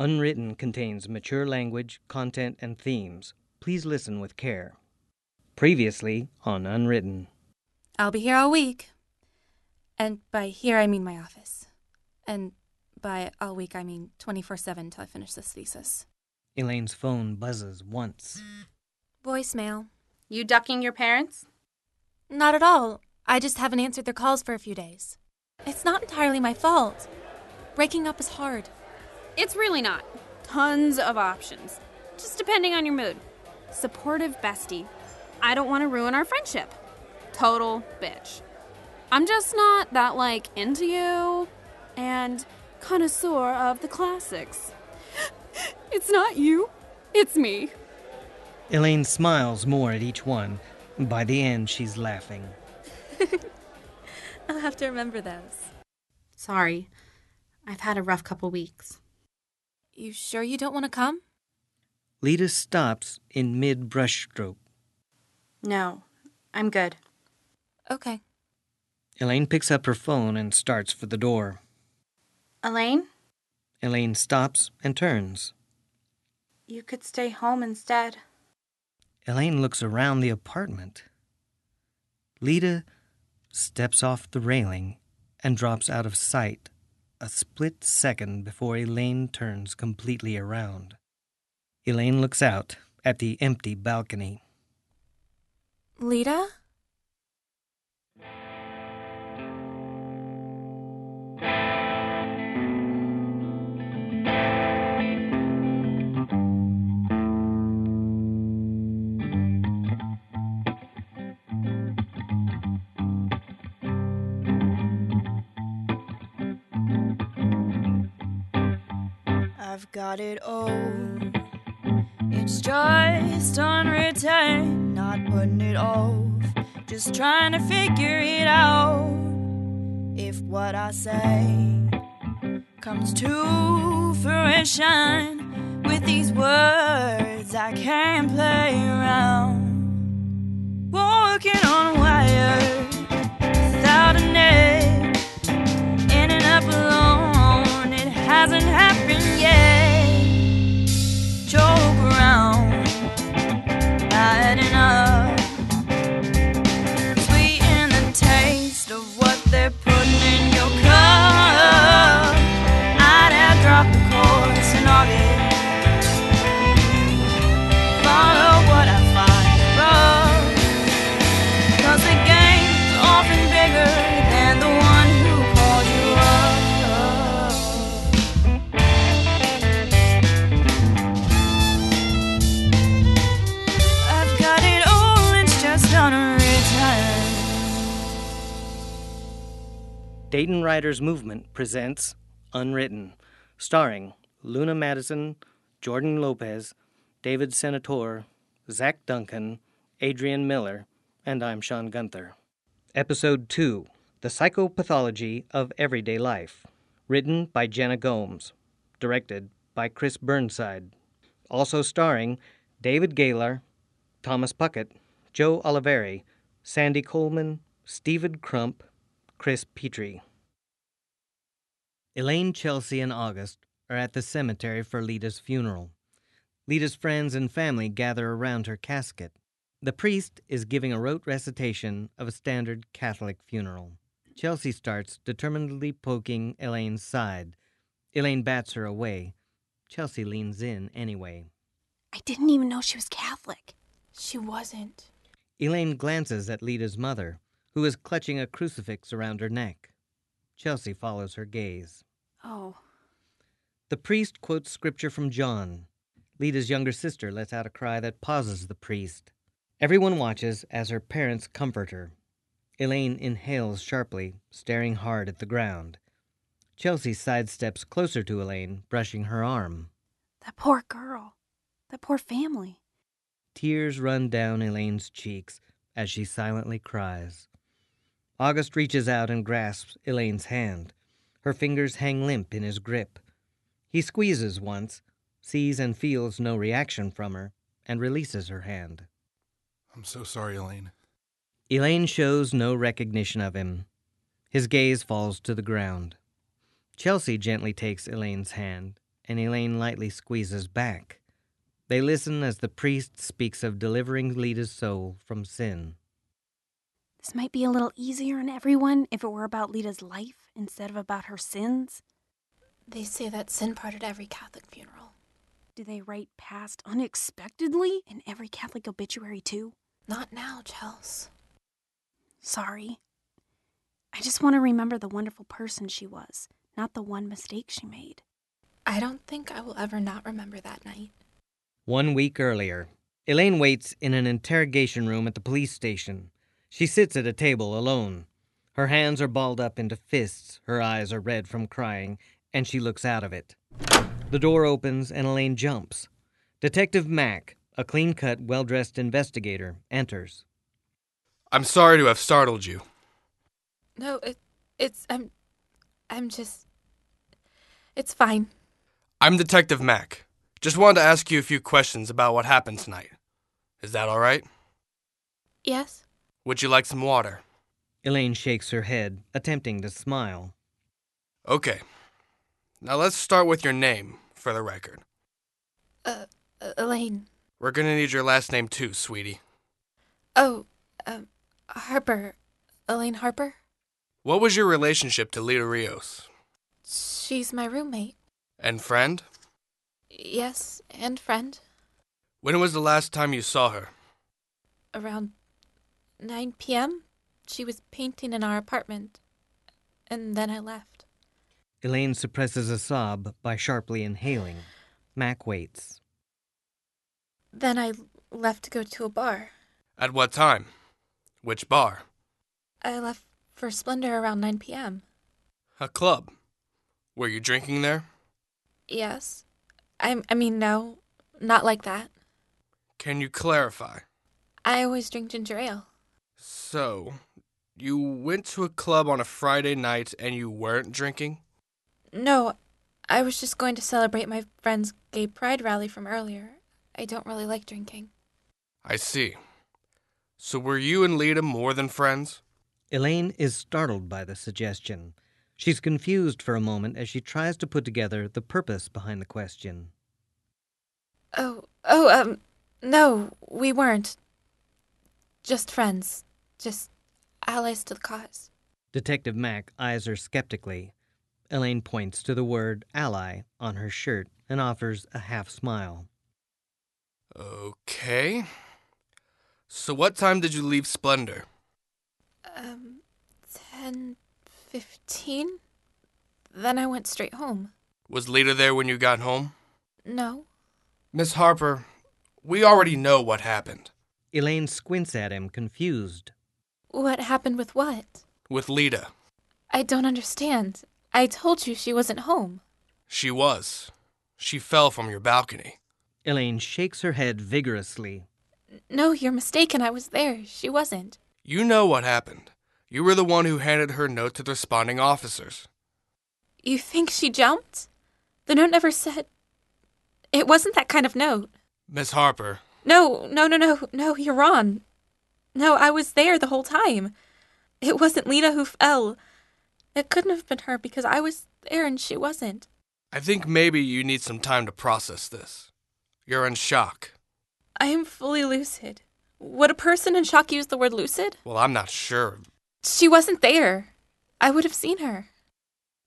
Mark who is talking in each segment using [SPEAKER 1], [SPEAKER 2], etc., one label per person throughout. [SPEAKER 1] Unwritten contains mature language, content, and themes. Please listen with care. Previously on Unwritten.
[SPEAKER 2] I'll be here all week. And by here, I mean my office. And by all week, I mean 24 7 till I finish this thesis.
[SPEAKER 1] Elaine's phone buzzes once.
[SPEAKER 2] Voicemail.
[SPEAKER 3] You ducking your parents?
[SPEAKER 2] Not at all. I just haven't answered their calls for a few days. It's not entirely my fault. Breaking up is hard.
[SPEAKER 3] It's really not. Tons of options, just depending on your mood. Supportive bestie. I don't want to ruin our friendship. Total bitch. I'm just not that like into you and connoisseur of the classics. it's not you, it's me.
[SPEAKER 1] Elaine smiles more at each one. By the end, she's laughing.
[SPEAKER 2] I'll have to remember those.
[SPEAKER 4] Sorry. I've had a rough couple weeks.
[SPEAKER 2] You sure you don't want to come?
[SPEAKER 1] Lita stops in mid brushstroke.
[SPEAKER 4] No, I'm good.
[SPEAKER 2] Okay.
[SPEAKER 1] Elaine picks up her phone and starts for the door.
[SPEAKER 4] Elaine,
[SPEAKER 1] Elaine stops and turns.
[SPEAKER 4] you could stay home instead.
[SPEAKER 1] Elaine looks around the apartment. Lita steps off the railing and drops out of sight a split second before Elaine turns completely around. Elaine looks out at the empty balcony.
[SPEAKER 2] Lita?
[SPEAKER 5] I've got it all. It's just unwritten, not putting it off. Just trying to figure it out. If what I say comes to fruition with these words, I can't play around. Walking on a wire without a net ending up alone. It hasn't happened yet. Joke around, not enough. Sweeten the taste of what they're putting in your cup. I'd have dropped the course in August. Follow what I find above. Cause the game's often bigger than the one who called you up. I've got it all, it's just on a
[SPEAKER 1] Dayton Writers Movement presents Unwritten, starring Luna Madison, Jordan Lopez, David Senator, Zach Duncan, Adrian Miller, and I'm Sean Gunther. Episode 2 The Psychopathology of Everyday Life, written by Jenna Gomes, directed by Chris Burnside. Also starring David Gaylor, Thomas Puckett, Joe Oliveri, Sandy Coleman, Stephen Crump, Chris Petrie. Elaine, Chelsea, and August are at the cemetery for Lita's funeral. Lita's friends and family gather around her casket. The priest is giving a rote recitation of a standard Catholic funeral. Chelsea starts determinedly poking Elaine's side. Elaine bats her away. Chelsea leans in anyway.
[SPEAKER 3] I didn't even know she was Catholic.
[SPEAKER 2] She wasn't.
[SPEAKER 1] Elaine glances at Lita's mother, who is clutching a crucifix around her neck. Chelsea follows her gaze.
[SPEAKER 3] Oh,
[SPEAKER 1] The priest quotes scripture from John. Lita's younger sister lets out a cry that pauses the priest. Everyone watches as her parents comfort her. Elaine inhales sharply, staring hard at the ground. Chelsea sidesteps closer to Elaine, brushing her arm.
[SPEAKER 3] that poor girl. That poor family.
[SPEAKER 1] Tears run down Elaine's cheeks as she silently cries. August reaches out and grasps Elaine's hand. Her fingers hang limp in his grip. He squeezes once, sees and feels no reaction from her, and releases her hand.
[SPEAKER 6] I'm so Oh, sorry, Elaine.
[SPEAKER 1] Elaine shows no recognition of him. His gaze falls to the ground. Chelsea gently takes Elaine's hand and Elaine lightly squeezes back. They listen as the priest speaks of delivering Lita's soul from sin.
[SPEAKER 3] This might be a little easier on everyone if it were about Lita's life instead of about her sins.
[SPEAKER 2] They say that sin part at every Catholic funeral.
[SPEAKER 3] Do they write past unexpectedly in every Catholic obituary, too?
[SPEAKER 2] Not now, Chels.
[SPEAKER 3] Sorry. I just want to remember the wonderful person she was, not the one mistake she made.
[SPEAKER 2] I don't think I will ever not remember that night.
[SPEAKER 1] One week earlier, Elaine waits in an interrogation room at the police station. She sits at a table alone. Her hands are balled up into fists, her eyes are red from crying, and she looks out of it. The door opens and Elaine jumps. Detective Mack, a clean cut, well dressed investigator, enters.
[SPEAKER 7] I'm sorry to have startled you.
[SPEAKER 2] No, it, it's I'm, I'm just. It's fine.
[SPEAKER 7] I'm Detective Mack. Just wanted to ask you a few questions about what happened tonight. Is that all right?
[SPEAKER 2] Yes.
[SPEAKER 7] Would you like some water?
[SPEAKER 1] Elaine shakes her head, attempting to smile.
[SPEAKER 7] Okay. Now let's start with your name for the record.
[SPEAKER 2] Uh, uh, Elaine.
[SPEAKER 7] We're gonna need your last name too, sweetie.
[SPEAKER 2] Oh, um, Harper. Elaine Harper.
[SPEAKER 7] What was your relationship to Lita Rios?
[SPEAKER 2] She's my roommate.
[SPEAKER 7] And friend?
[SPEAKER 2] Yes, and friend.
[SPEAKER 7] When was the last time you saw her?
[SPEAKER 2] Around 9 p.m., she was painting in our apartment, and then I left.
[SPEAKER 1] Elaine suppresses a sob by sharply inhaling. Mac waits.
[SPEAKER 2] Then I left to go to a bar.
[SPEAKER 7] At what time? Which bar?
[SPEAKER 2] I left for Splendor around 9 p.m.
[SPEAKER 7] A club. Were you drinking there?
[SPEAKER 2] Yes. I, I mean, no, not like that.
[SPEAKER 7] Can you clarify?
[SPEAKER 2] I always drink ginger ale.
[SPEAKER 7] So, you went to a club on a Friday night and you weren't drinking?
[SPEAKER 2] No, I was just going to celebrate my friend's gay pride rally from earlier. I don't really like drinking.
[SPEAKER 7] I see. So, were you and Lita more than friends?
[SPEAKER 1] Elaine is startled by the suggestion. She's confused for a moment as she tries to put together the purpose behind the question.
[SPEAKER 2] Oh, oh, um, no, we weren't. Just friends. Just allies to the cause.
[SPEAKER 1] Detective Mack eyes her skeptically. Elaine points to the word ally on her shirt and offers a half smile.
[SPEAKER 7] Okay. So, what time did you leave Splendor?
[SPEAKER 2] Um, ten fifteen. Then I went straight home.
[SPEAKER 7] Was Lita there when you got home?
[SPEAKER 2] No,
[SPEAKER 7] Miss Harper, we already know what happened
[SPEAKER 1] Elaine squints at him, confused.
[SPEAKER 2] what happened with what?
[SPEAKER 7] with Lita.
[SPEAKER 2] I don't understand. I told you she wasn't home.
[SPEAKER 7] She was. She fell from your balcony.
[SPEAKER 1] Elaine shakes her head vigorously.
[SPEAKER 2] No, you're mistaken. I was there. She wasn't.
[SPEAKER 7] You know what happened. You were the one who handed her note to the responding officers.
[SPEAKER 2] You think she jumped? The note never said. It wasn't that kind of note.
[SPEAKER 7] Miss Harper,
[SPEAKER 2] No, no, no, no, no, you're wrong. No, I was there the whole time. It wasn't Lena who fell. It couldn't have been her because I was there and she wasn't.
[SPEAKER 7] I think maybe you need some time to process this. You're in shock.
[SPEAKER 2] I am fully lucid. Would a person in shock use the word lucid?
[SPEAKER 7] Well, I'm not sure.
[SPEAKER 2] She wasn't there. I would have seen her.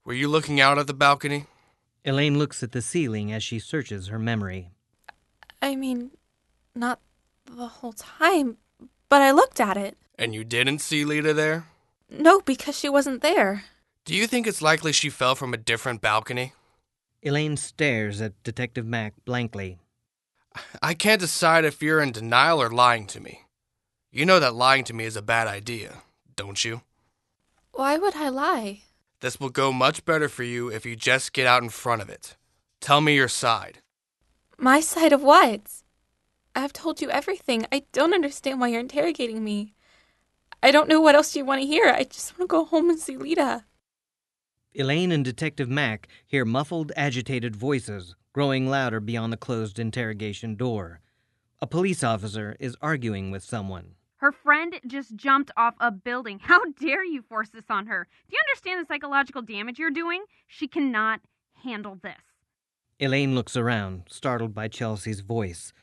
[SPEAKER 7] Were you looking out at the balcony?
[SPEAKER 1] Elaine looks at the ceiling as she searches her memory.
[SPEAKER 2] I mean, not the whole time, but I looked at it.
[SPEAKER 7] And you didn't see Lita there?
[SPEAKER 2] No, because she wasn't there.
[SPEAKER 7] Do you think it's likely she fell from a different balcony?
[SPEAKER 1] Elaine stares at Detective Mack blankly.
[SPEAKER 7] I can't decide if you're in denial or lying to me. You know that lying to me is a bad idea, don't you?
[SPEAKER 2] Why would I lie?
[SPEAKER 7] This will go much better for you if you just get out in front of it. Tell me your side.
[SPEAKER 2] My side of what? I've told you everything. I don't understand why you're interrogating me. I don't know what else you want to hear. I just want to go home and see Lita.
[SPEAKER 1] Elaine and Detective Mack hear muffled, agitated voices growing louder beyond the closed interrogation door. A police officer is arguing with someone.
[SPEAKER 3] Her friend just jumped off a building. How dare you force this on her? Do you understand the psychological damage you're doing? She cannot handle this.
[SPEAKER 1] Elaine looks around, startled by Chelsea's voice.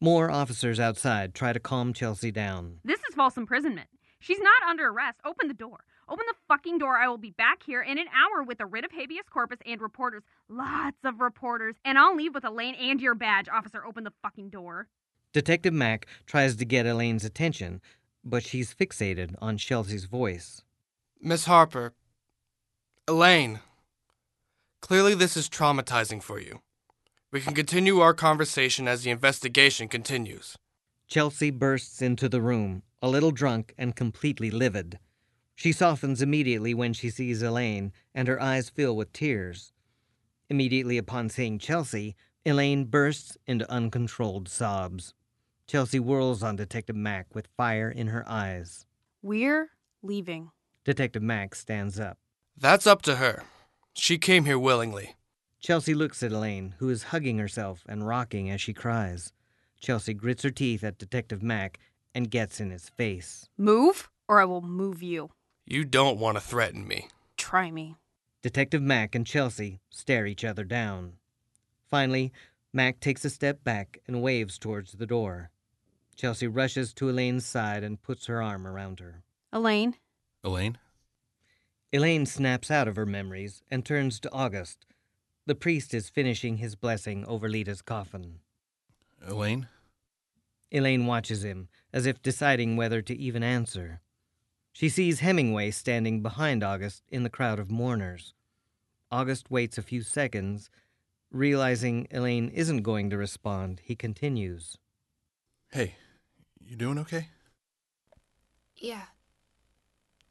[SPEAKER 1] More officers outside try to calm Chelsea down.
[SPEAKER 8] This is false imprisonment. She's not under arrest. Open the door. Open the fucking door. I will be back here in an hour with a writ of habeas corpus and reporters. Lots of reporters. And I'll leave with Elaine and your badge, officer. Open the fucking door.
[SPEAKER 1] Detective Mack tries to get Elaine's attention, but she's fixated on Chelsea's voice.
[SPEAKER 7] Miss Harper, Elaine, clearly this is traumatizing for you. We can continue our conversation as the investigation continues.
[SPEAKER 1] Chelsea bursts into the room, a little drunk and completely livid. She softens immediately when she sees Elaine, and her eyes fill with tears. Immediately upon seeing Chelsea, Elaine bursts into uncontrolled sobs. Chelsea whirls on Detective Mack with fire in her eyes.
[SPEAKER 3] We're leaving.
[SPEAKER 1] Detective Mack stands up.
[SPEAKER 7] That's up to her. She came here willingly.
[SPEAKER 1] Chelsea looks at Elaine, who is hugging herself and rocking as she cries. Chelsea grits her teeth at Detective Mack and gets in his face.
[SPEAKER 3] Move, or I will move you.
[SPEAKER 7] You don't want to threaten me.
[SPEAKER 3] Try me.
[SPEAKER 1] Detective Mack and Chelsea stare each other down. Finally, Mack takes a step back and waves towards the door. Chelsea rushes to Elaine's side and puts her arm around her.
[SPEAKER 3] Elaine,
[SPEAKER 9] Elaine?
[SPEAKER 1] Elaine snaps out of her memories and turns to August. The priest is finishing his blessing over Lita's coffin.
[SPEAKER 9] Elaine?
[SPEAKER 1] Elaine watches him, as if deciding whether to even answer. She sees Hemingway standing behind August in the crowd of mourners. August waits a few seconds. Realizing Elaine isn't going to respond, he continues.
[SPEAKER 9] Hey, you doing okay?
[SPEAKER 2] Yeah.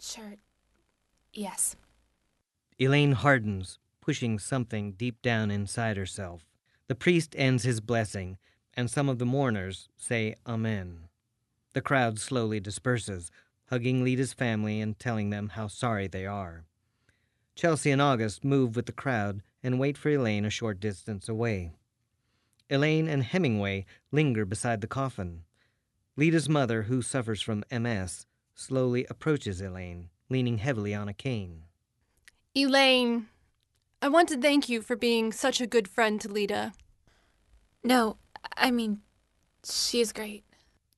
[SPEAKER 2] Sure. Yes.
[SPEAKER 1] Elaine hardens, pushing something deep down inside herself. The priest ends his blessing, and some of the mourners say Amen. The crowd slowly disperses, hugging Lita's family and telling them how sorry they are. Chelsea and August move with the crowd and wait for Elaine a short distance away. Elaine and Hemingway linger beside the coffin. Lita's mother, who suffers from MS, slowly approaches Elaine, leaning heavily on a cane.
[SPEAKER 10] Elaine, I want to thank you for being such a good friend to Lita.
[SPEAKER 2] No, I mean, she's great.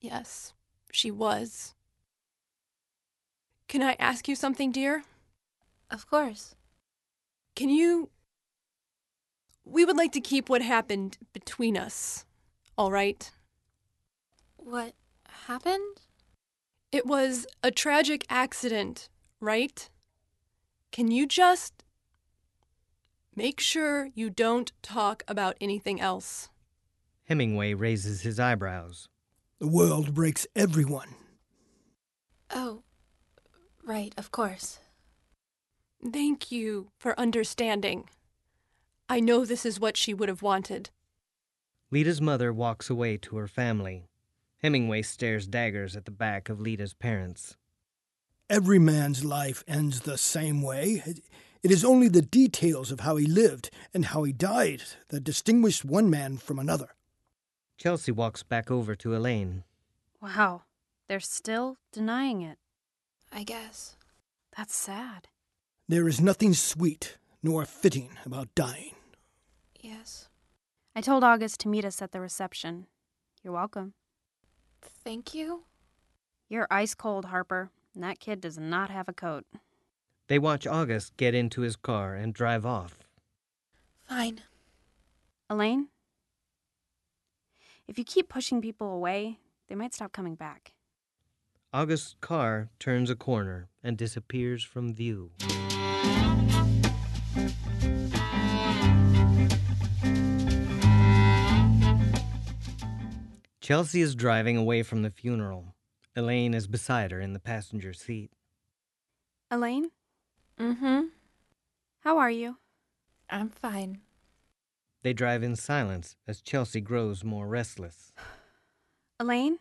[SPEAKER 10] Yes, she was. Can I ask you something, dear?
[SPEAKER 2] Of course.
[SPEAKER 10] Can you. We would like to keep what happened between us, all right?
[SPEAKER 2] What happened?
[SPEAKER 10] It was a tragic accident, right? Can you just. Make sure you don't talk about anything else.
[SPEAKER 1] Hemingway raises his eyebrows.
[SPEAKER 11] The world breaks everyone.
[SPEAKER 2] Oh, right, of course.
[SPEAKER 10] Thank you for understanding. I know this is what she would have wanted.
[SPEAKER 1] Lita's mother walks away to her family. Hemingway stares daggers at the back of Lita's parents.
[SPEAKER 11] Every man's life ends the same way. It is only the details of how he lived and how he died that distinguish one man from another.
[SPEAKER 1] Chelsea walks back over to Elaine.
[SPEAKER 3] Wow, they're still denying it.
[SPEAKER 2] I guess.
[SPEAKER 3] That's sad.
[SPEAKER 11] There is nothing sweet nor fitting about dying.
[SPEAKER 2] Yes.
[SPEAKER 3] I told August to meet us at the reception. You're welcome.
[SPEAKER 2] Thank you.
[SPEAKER 3] You're ice cold, Harper, and that kid does not have a coat.
[SPEAKER 1] They watch August get into his car and drive off.
[SPEAKER 2] Fine.
[SPEAKER 3] Elaine? If you keep pushing people away, they might stop coming back.
[SPEAKER 1] August's car turns a corner and disappears from view. Chelsea is driving away from the funeral. Elaine is beside her in the passenger seat.
[SPEAKER 3] Elaine,
[SPEAKER 2] Mm hmm.
[SPEAKER 3] how are you?
[SPEAKER 2] I'm fine.
[SPEAKER 1] They drive in silence as Chelsea grows more restless.
[SPEAKER 3] Elaine,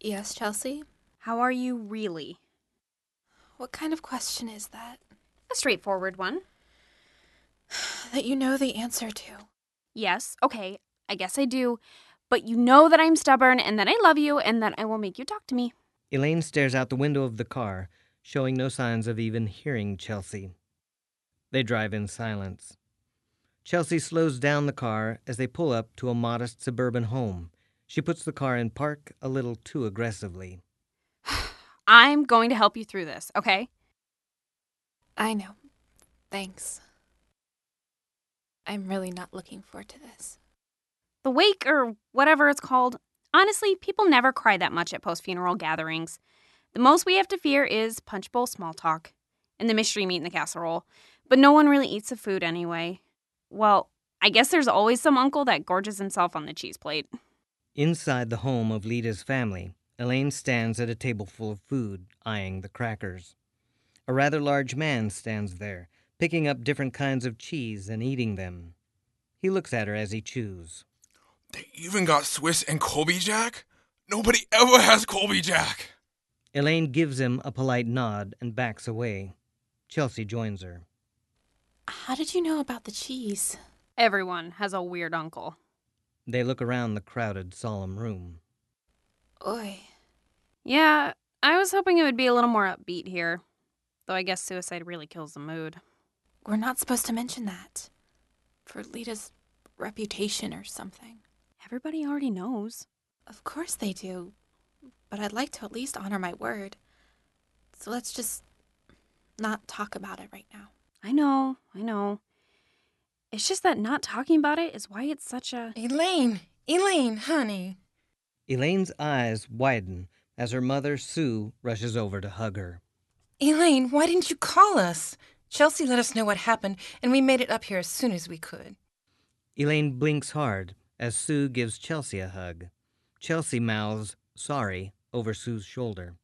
[SPEAKER 2] Yes, Chelsea?
[SPEAKER 3] how are you really?
[SPEAKER 2] What kind of question is that?
[SPEAKER 3] A straightforward one.
[SPEAKER 2] That you know the answer to.
[SPEAKER 3] Yes, okay, I guess I do. But you know that I'm stubborn and that I love you and that I will make you talk to me.
[SPEAKER 1] Elaine stares out the window of the car, showing no signs of even hearing Chelsea. They drive in silence. Chelsea slows down the car as they pull up to a modest suburban home. She puts the car in park a little too aggressively.
[SPEAKER 3] I'm going to help you through this, okay?
[SPEAKER 2] I know. Thanks. I'm really not looking forward to this.
[SPEAKER 3] The wake, or whatever it's called, honestly, people never cry that much at post funeral gatherings. The most we have to fear is punch bowl small talk and the mystery meat in the casserole, but no one really eats the food anyway. Well, I guess there's always some uncle that gorges himself on the cheese plate.
[SPEAKER 1] Inside the home of Lita's family, Elaine stands at a table full of food, eyeing the crackers. A rather large man stands there, picking up different kinds of cheese and eating them. He looks at her as he chews.
[SPEAKER 6] They even got Swiss and Colby Jack? Nobody ever has Colby Jack!
[SPEAKER 1] Elaine gives him a polite nod and backs away. Chelsea joins her.
[SPEAKER 2] How did you know about the cheese?
[SPEAKER 3] Everyone has a weird uncle.
[SPEAKER 1] They look around the crowded, solemn room.
[SPEAKER 2] Oi.
[SPEAKER 3] Yeah, I was hoping it would be a little more upbeat here. Though I guess suicide really kills the mood.
[SPEAKER 2] We're not supposed to mention that. For Lita's reputation or something.
[SPEAKER 3] Everybody already knows.
[SPEAKER 2] Of course they do. But I'd like to at least honor my word. So let's just not talk about it right now.
[SPEAKER 3] I know, I know. It's just that not talking about it is why it's such a.
[SPEAKER 12] Elaine! Elaine, honey!
[SPEAKER 1] Elaine's eyes widen as her mother, Sue, rushes over to hug her.
[SPEAKER 12] Elaine, why didn't you call us? Chelsea let us know what happened, and we made it up here as soon as we could.
[SPEAKER 1] Elaine blinks hard as Sue gives Chelsea a hug. Chelsea mouths, sorry, over Sue's shoulder.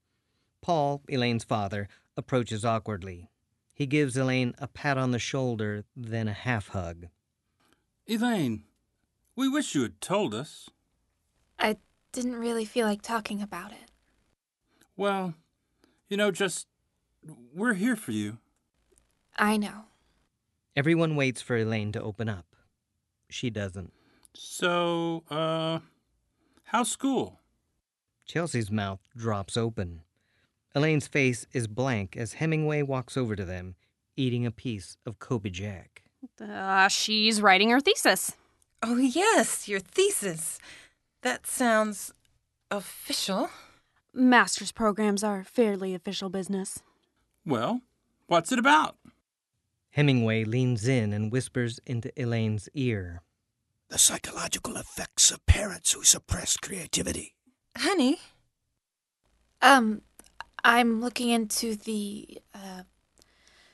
[SPEAKER 1] Paul, Elaine's father, approaches awkwardly. He gives Elaine a pat on the shoulder, then a half hug.
[SPEAKER 13] Elaine, we wish you had told us.
[SPEAKER 2] I didn't really feel like talking about it.
[SPEAKER 13] Well, you know, just we're here for you.
[SPEAKER 2] I know.
[SPEAKER 1] Everyone waits for Elaine to open up. She doesn't.
[SPEAKER 13] So, uh, how's school?
[SPEAKER 1] Chelsea's mouth drops open. Elaine's face is blank as Hemingway walks over to them, eating a piece of Kobe Jack.
[SPEAKER 3] Uh, she's writing her thesis.
[SPEAKER 12] Oh, yes, your thesis. That sounds official.
[SPEAKER 3] Master's programs are fairly official business.
[SPEAKER 13] Well, what's it about?
[SPEAKER 1] Hemingway leans in and whispers into Elaine's ear.
[SPEAKER 11] The psychological effects of parents who suppress creativity.
[SPEAKER 12] Honey?
[SPEAKER 2] Um, I'm looking into the uh,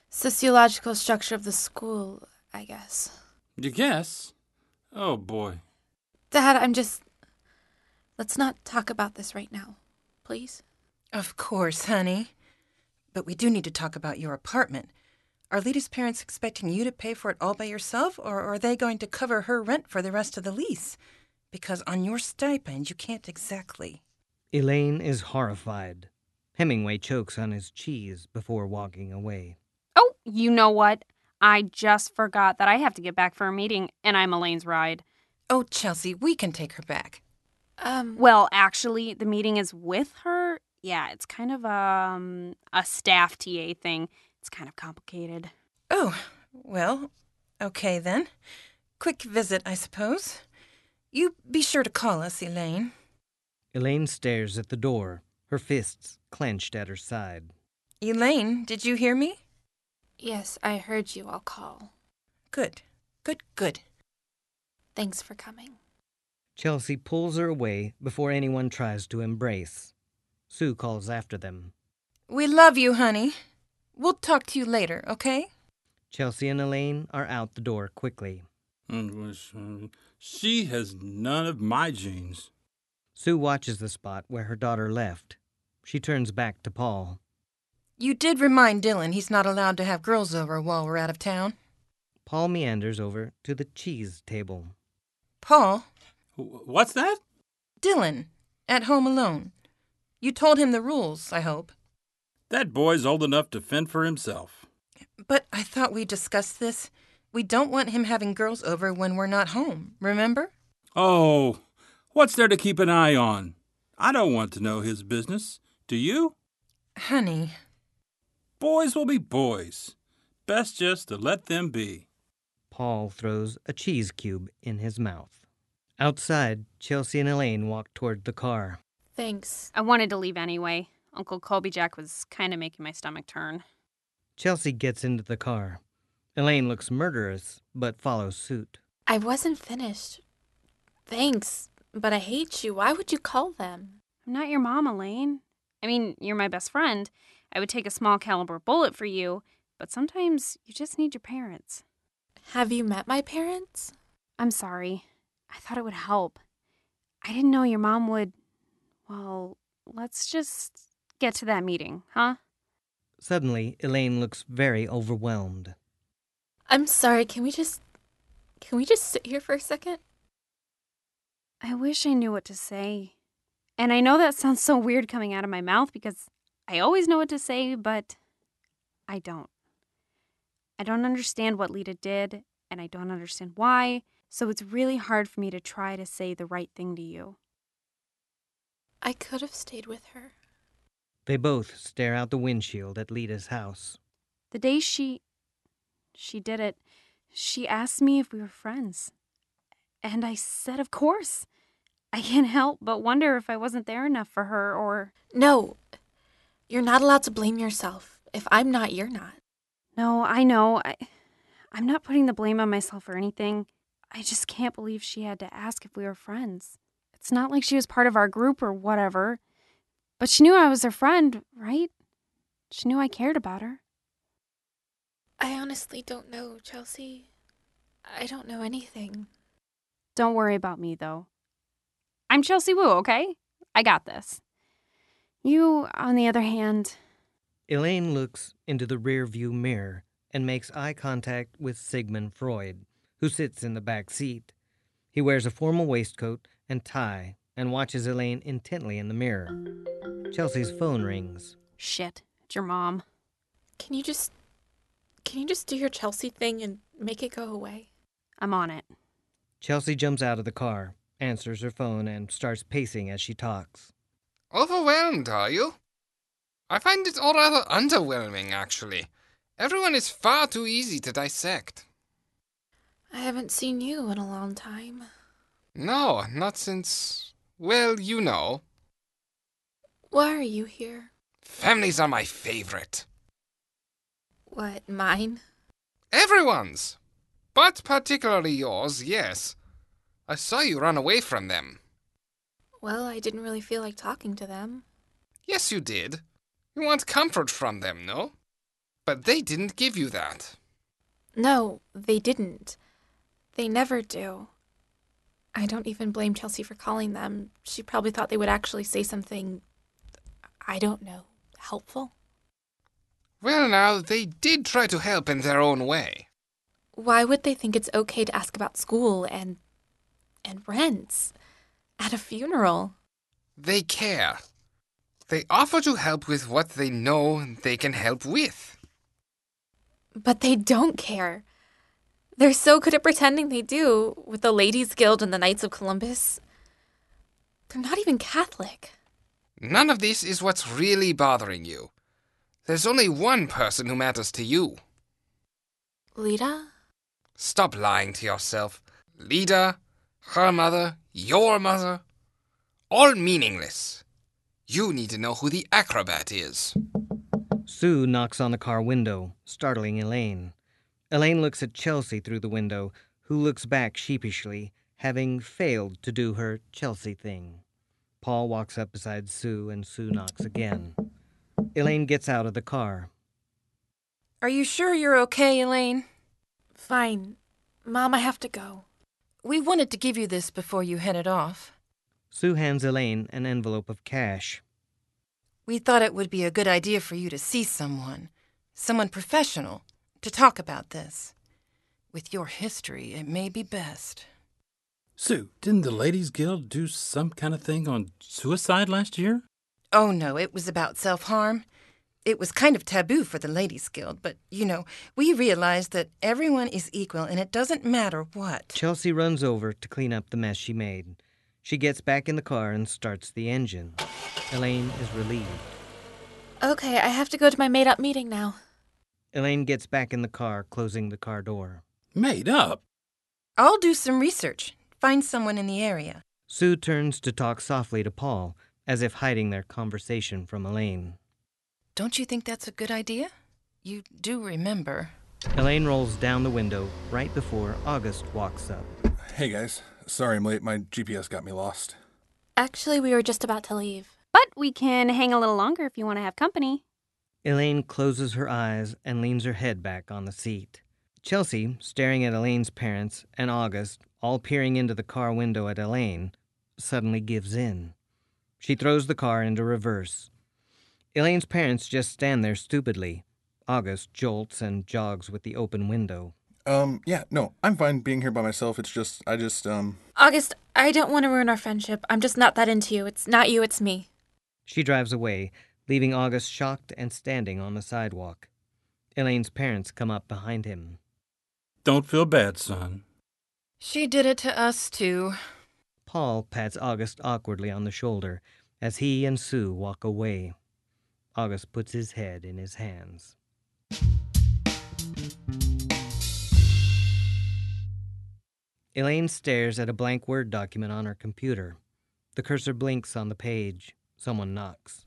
[SPEAKER 2] sociological structure of the school, I guess.
[SPEAKER 13] You guess? Oh boy.
[SPEAKER 2] Dad, I'm just. Let's not talk about this right now, please.
[SPEAKER 12] Of course, honey. But we do need to talk about your apartment. Are Lita's parents expecting you to pay for it all by yourself, or are they going to cover her rent for the rest of the lease? Because on your stipend, you can't exactly.
[SPEAKER 1] Elaine is horrified. Hemingway chokes on his cheese before walking away.
[SPEAKER 3] Oh, you know what? I just forgot that I have to get back for a meeting, and I'm Elaine's ride.
[SPEAKER 12] Oh, Chelsea, we can take her back.
[SPEAKER 2] Um,
[SPEAKER 3] well, actually, the meeting is with her. Yeah, it's kind of um a staff TA thing. It's kind of complicated.
[SPEAKER 12] Oh, well, okay then. Quick visit, I suppose. You be sure to call us, Elaine.
[SPEAKER 1] Elaine stares at the door, her fists clenched at her side.
[SPEAKER 12] Elaine, did you hear me?
[SPEAKER 2] Yes, I heard you. I'll call.
[SPEAKER 12] Good, good, good.
[SPEAKER 2] Thanks for coming.
[SPEAKER 1] Chelsea pulls her away before anyone tries to embrace. Sue calls after them.
[SPEAKER 12] We love you, honey. We'll talk to you later, okay?
[SPEAKER 1] Chelsea and Elaine are out the door quickly.
[SPEAKER 13] um, She has none of my genes.
[SPEAKER 1] Sue watches the spot where her daughter left. She turns back to Paul.
[SPEAKER 12] You did remind Dylan he's not allowed to have girls over while we're out of town.
[SPEAKER 1] Paul meanders over to the cheese table.
[SPEAKER 12] Paul,
[SPEAKER 13] What's that?
[SPEAKER 12] Dylan, at home alone. You told him the rules, I hope.
[SPEAKER 13] That boy's old enough to fend for himself.
[SPEAKER 12] But I thought we discussed this. We don't want him having girls over when we're not home, remember?
[SPEAKER 13] Oh, what's there to keep an eye on? I don't want to know his business. Do you?
[SPEAKER 12] Honey.
[SPEAKER 13] Boys will be boys. Best just to let them be.
[SPEAKER 1] Paul throws a cheese cube in his mouth. Outside, Chelsea and Elaine walk toward the car.
[SPEAKER 2] Thanks.
[SPEAKER 3] I wanted to leave anyway. Uncle Colby Jack was kind of making my stomach turn.
[SPEAKER 1] Chelsea gets into the car. Elaine looks murderous, but follows suit.
[SPEAKER 2] I wasn't finished. Thanks, but I hate you. Why would you call them?
[SPEAKER 3] I'm not your mom, Elaine. I mean, you're my best friend. I would take a small caliber bullet for you, but sometimes you just need your parents.
[SPEAKER 2] Have you met my parents?
[SPEAKER 3] I'm sorry. I thought it would help. I didn't know your mom would. Well, let's just get to that meeting, huh?
[SPEAKER 1] Suddenly, Elaine looks very overwhelmed.
[SPEAKER 2] I'm sorry. Can we just. Can we just sit here for a second?
[SPEAKER 3] I wish I knew what to say. And I know that sounds so weird coming out of my mouth because I always know what to say, but I don't. I don't understand what Lita did, and I don't understand why, so it's really hard for me to try to say the right thing to you.
[SPEAKER 2] I could have stayed with her.
[SPEAKER 1] They both stare out the windshield at Lita's house.
[SPEAKER 3] The day she. she did it, she asked me if we were friends. And I said, of course. I can't help but wonder if I wasn't there enough for her or.
[SPEAKER 2] No, you're not allowed to blame yourself. If I'm not, you're not.
[SPEAKER 3] No, I know. I, I'm not putting the blame on myself or anything. I just can't believe she had to ask if we were friends. It's not like she was part of our group or whatever. But she knew I was her friend, right? She knew I cared about her.
[SPEAKER 2] I honestly don't know, Chelsea. I don't know anything.
[SPEAKER 3] Don't worry about me, though. I'm Chelsea Wu, okay? I got this. You, on the other hand,
[SPEAKER 1] Elaine looks into the rearview mirror and makes eye contact with Sigmund Freud, who sits in the back seat. He wears a formal waistcoat and tie and watches Elaine intently in the mirror. Chelsea's phone rings.
[SPEAKER 3] shit, it's your mom.
[SPEAKER 2] Can you just. Can you just do your Chelsea thing and make it go away?
[SPEAKER 3] I'm on it.
[SPEAKER 1] Chelsea jumps out of the car, answers her phone, and starts pacing as she talks.
[SPEAKER 14] Overwhelmed, are you? I find it all rather underwhelming, actually. Everyone is far too easy to dissect.
[SPEAKER 2] I haven't seen you in a long time.
[SPEAKER 14] No, not since. Well, you know.
[SPEAKER 2] Why are you here?
[SPEAKER 14] Families are my favorite.
[SPEAKER 2] What, mine?
[SPEAKER 14] Everyone's! But particularly yours, yes. I saw you run away from them.
[SPEAKER 2] Well, I didn't really feel like talking to them.
[SPEAKER 14] Yes, you did. You want comfort from them, no? But they didn't give you that.
[SPEAKER 2] No, they didn't. They never do. I don't even blame Chelsea for calling them. She probably thought they would actually say something, I don't know, helpful.
[SPEAKER 14] Well, now, they did try to help in their own way.
[SPEAKER 2] Why would they think it's okay to ask about school and. and rents? At a funeral?
[SPEAKER 14] They care. They offer to help with what they know they can help with.
[SPEAKER 2] But they don't care. They're so good at pretending they do, with the Ladies Guild and the Knights of Columbus. They're not even Catholic.
[SPEAKER 14] None of this is what's really bothering you. There's only one person who matters to you.
[SPEAKER 2] Lita?
[SPEAKER 14] Stop lying to yourself. Lida, her mother, your mother. All meaningless. You need to know who the acrobat is.
[SPEAKER 1] Sue knocks on the car window, startling Elaine. Elaine looks at Chelsea through the window, who looks back sheepishly, having failed to do her Chelsea thing. Paul walks up beside Sue, and Sue knocks again. Elaine gets out of the car.
[SPEAKER 12] Are you sure you're okay, Elaine?
[SPEAKER 2] Fine. Mom, I have to go.
[SPEAKER 12] We wanted to give you this before you headed off.
[SPEAKER 1] Sue hands Elaine an envelope of cash.
[SPEAKER 12] We thought it would be a good idea for you to see someone, someone professional, to talk about this. With your history, it may be best.
[SPEAKER 13] Sue, didn't the Ladies Guild do some kind of thing on suicide last year?
[SPEAKER 12] Oh, no, it was about self harm. It was kind of taboo for the Ladies Guild, but you know, we realized that everyone is equal and it doesn't matter what.
[SPEAKER 1] Chelsea runs over to clean up the mess she made. She gets back in the car and starts the engine. Elaine is relieved.
[SPEAKER 2] Okay, I have to go to my made up meeting now.
[SPEAKER 1] Elaine gets back in the car, closing the car door.
[SPEAKER 13] Made up?
[SPEAKER 12] I'll do some research, find someone in the area.
[SPEAKER 1] Sue turns to talk softly to Paul, as if hiding their conversation from Elaine.
[SPEAKER 12] Don't you think that's a good idea? You do remember.
[SPEAKER 1] Elaine rolls down the window right before August walks up.
[SPEAKER 9] Hey guys, sorry I'm late. My GPS got me lost.
[SPEAKER 2] Actually, we were just about to leave.
[SPEAKER 3] But we can hang a little longer if you want to have company.
[SPEAKER 1] Elaine closes her eyes and leans her head back on the seat. Chelsea, staring at Elaine's parents, and August, all peering into the car window at Elaine, suddenly gives in. She throws the car into reverse. Elaine's parents just stand there stupidly. August jolts and jogs with the open window.
[SPEAKER 9] Um, yeah, no, I'm fine being here by myself. It's just, I just, um,
[SPEAKER 2] August, I don't want to ruin our friendship. I'm just not that into you. It's not you, it's me.
[SPEAKER 1] She drives away, leaving August shocked and standing on the sidewalk. Elaine's parents come up behind him.
[SPEAKER 13] Don't feel bad, son.
[SPEAKER 12] She did it to us, too.
[SPEAKER 1] Paul pats August awkwardly on the shoulder as he and Sue walk away. August puts his head in his hands. Elaine stares at a blank Word document on her computer. The cursor blinks on the page. Someone knocks.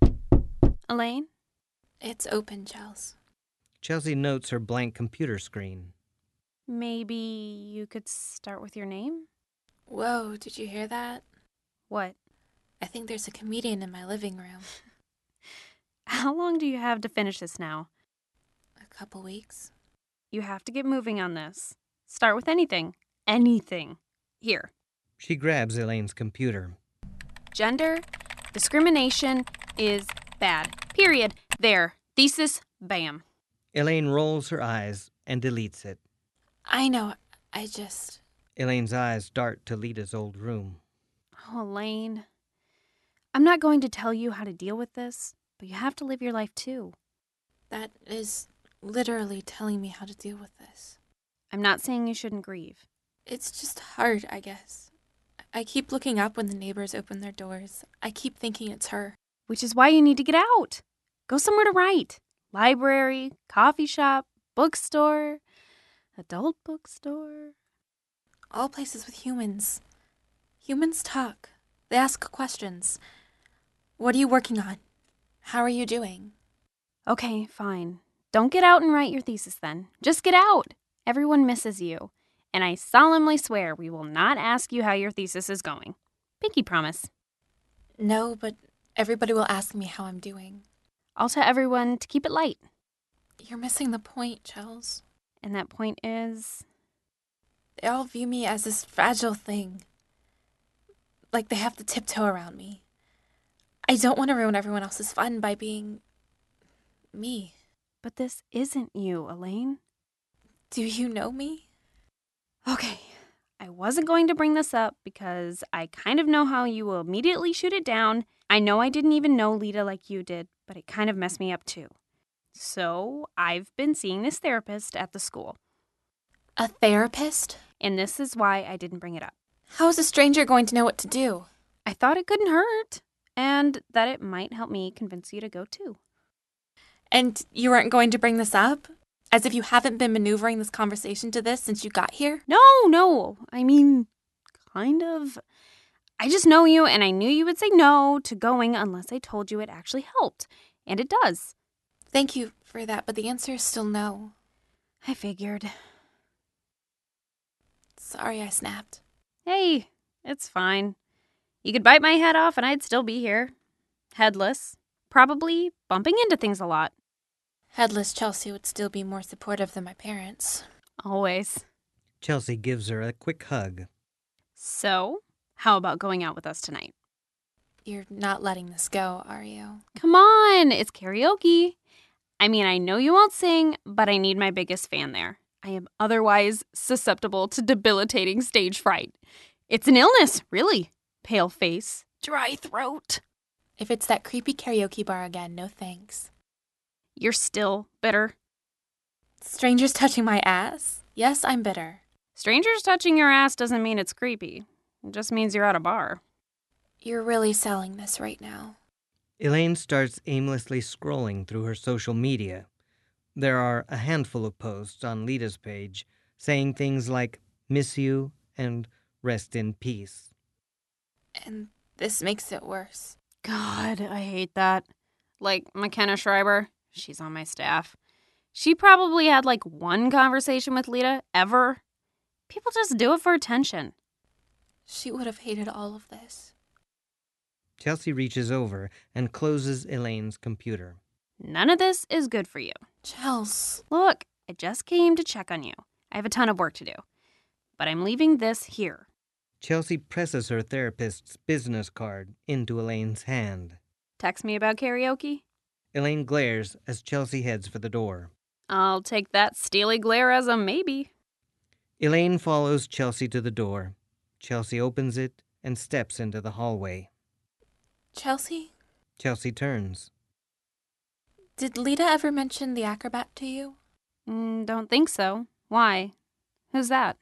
[SPEAKER 3] Elaine?
[SPEAKER 2] It's open, Chels.
[SPEAKER 1] Chelsea notes her blank computer screen.
[SPEAKER 3] Maybe you could start with your name?
[SPEAKER 2] Whoa, did you hear that?
[SPEAKER 3] What?
[SPEAKER 2] I think there's a comedian in my living room.
[SPEAKER 3] How long do you have to finish this now?
[SPEAKER 2] A couple weeks.
[SPEAKER 3] You have to get moving on this. Start with anything. Anything. Here.
[SPEAKER 1] She grabs Elaine's computer.
[SPEAKER 3] Gender discrimination is bad. Period. There. Thesis. Bam.
[SPEAKER 1] Elaine rolls her eyes and deletes it.
[SPEAKER 2] I know. I just.
[SPEAKER 1] Elaine's eyes dart to Lita's old room.
[SPEAKER 3] Oh, Elaine. I'm not going to tell you how to deal with this, but you have to live your life too.
[SPEAKER 2] That is literally telling me how to deal with this.
[SPEAKER 3] I'm not saying you shouldn't grieve.
[SPEAKER 2] It's just hard, I guess. I keep looking up when the neighbors open their doors. I keep thinking it's her.
[SPEAKER 3] which is why you need to get out. Go somewhere to write library, coffee shop, bookstore, adult bookstore.
[SPEAKER 2] All places with humans. Humans talk, they ask questions. What are you working on? How are you doing?
[SPEAKER 3] Okay, fine. Don't get out and write your thesis then. Just get out. Everyone misses you. And I solemnly swear we will not ask you how your thesis is going. Pinky promise.
[SPEAKER 2] No, but everybody will ask me how I'm doing.
[SPEAKER 3] I'll tell everyone to keep it light.
[SPEAKER 2] You're missing the point, Chels.
[SPEAKER 3] And that point is
[SPEAKER 2] They all view me as this fragile thing. Like they have to tiptoe around me. I don't want to ruin everyone else's fun by being. me.
[SPEAKER 3] But this isn't you, Elaine.
[SPEAKER 2] Do you know me?
[SPEAKER 3] Okay. I wasn't going to bring this up because I kind of know how you will immediately shoot it down. I know I didn't even know Lita like you did, but it kind of messed me up too. So, I've been seeing this therapist at the school,
[SPEAKER 2] A therapist?
[SPEAKER 3] and this is why I didn't bring it up.
[SPEAKER 2] How is a stranger going to know what to do?
[SPEAKER 3] I thought it couldn't hurt, and that it might help me convince you to go too.
[SPEAKER 2] And you aren't going to bring this up? As if you haven't been maneuvering this conversation to this since you got here?
[SPEAKER 3] No, no. I mean, kind of. I just know you, and I knew you would say no to going unless I told you it actually helped. And it does.
[SPEAKER 2] Thank you for that, but the answer is still no.
[SPEAKER 3] I figured.
[SPEAKER 2] Sorry I snapped.
[SPEAKER 3] Hey, it's fine. You could bite my head off, and I'd still be here. Headless. Probably bumping into things a lot.
[SPEAKER 2] Headless Chelsea would still be more supportive than my parents.
[SPEAKER 3] Always.
[SPEAKER 1] Chelsea gives her a quick hug.
[SPEAKER 3] So, how about going out with us tonight?
[SPEAKER 2] You're not letting this go, are you?
[SPEAKER 3] Come on, it's karaoke. I mean, I know you won't sing, but I need my biggest fan there. I am otherwise susceptible to debilitating stage fright. It's an illness, really. Pale face, dry throat.
[SPEAKER 2] If it's that creepy karaoke bar again, no thanks.
[SPEAKER 3] You're still bitter.
[SPEAKER 2] Strangers touching my ass? Yes, I'm bitter.
[SPEAKER 3] Strangers touching your ass doesn't mean it's creepy. It just means you're at a bar.
[SPEAKER 2] You're really selling this right now.
[SPEAKER 1] Elaine starts aimlessly scrolling through her social media. There are a handful of posts on Lita's page saying things like, miss you and rest in peace.
[SPEAKER 2] And this makes it worse.
[SPEAKER 3] God, I hate that. Like McKenna Schreiber, she's on my staff. She probably had like one conversation with Lita ever. People just do it for attention.
[SPEAKER 2] She would have hated all of this.
[SPEAKER 1] Chelsea reaches over and closes Elaine's computer.
[SPEAKER 3] None of this is good for you.
[SPEAKER 2] Chels.
[SPEAKER 3] Look, I just came to check on you. I have a ton of work to do. But I'm leaving this here.
[SPEAKER 1] Chelsea presses her therapist's business card into Elaine's hand.
[SPEAKER 3] Text me about karaoke.
[SPEAKER 1] Elaine glares as Chelsea heads for the door.
[SPEAKER 3] I'll take that steely glare as a maybe.
[SPEAKER 1] Elaine follows Chelsea to the door. Chelsea opens it and steps into the hallway.
[SPEAKER 2] Chelsea,
[SPEAKER 1] Chelsea turns.
[SPEAKER 2] did Lita ever mention the acrobat to you?
[SPEAKER 3] Mm, don't think so. Why? Who's that?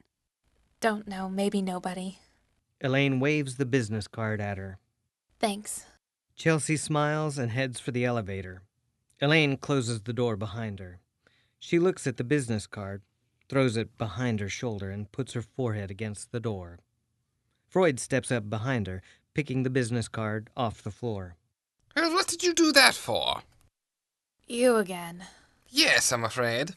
[SPEAKER 2] Don't know, maybe nobody.
[SPEAKER 1] Elaine waves the business card at her.
[SPEAKER 2] Thanks.
[SPEAKER 1] Chelsea smiles and heads for the elevator. Elaine closes the door behind her. She looks at the business card, throws it behind her shoulder, and puts her forehead against the door. Freud steps up behind her, picking the business card off the floor.
[SPEAKER 14] Well, what did you do that for?
[SPEAKER 2] You again.
[SPEAKER 14] Yes, I'm afraid.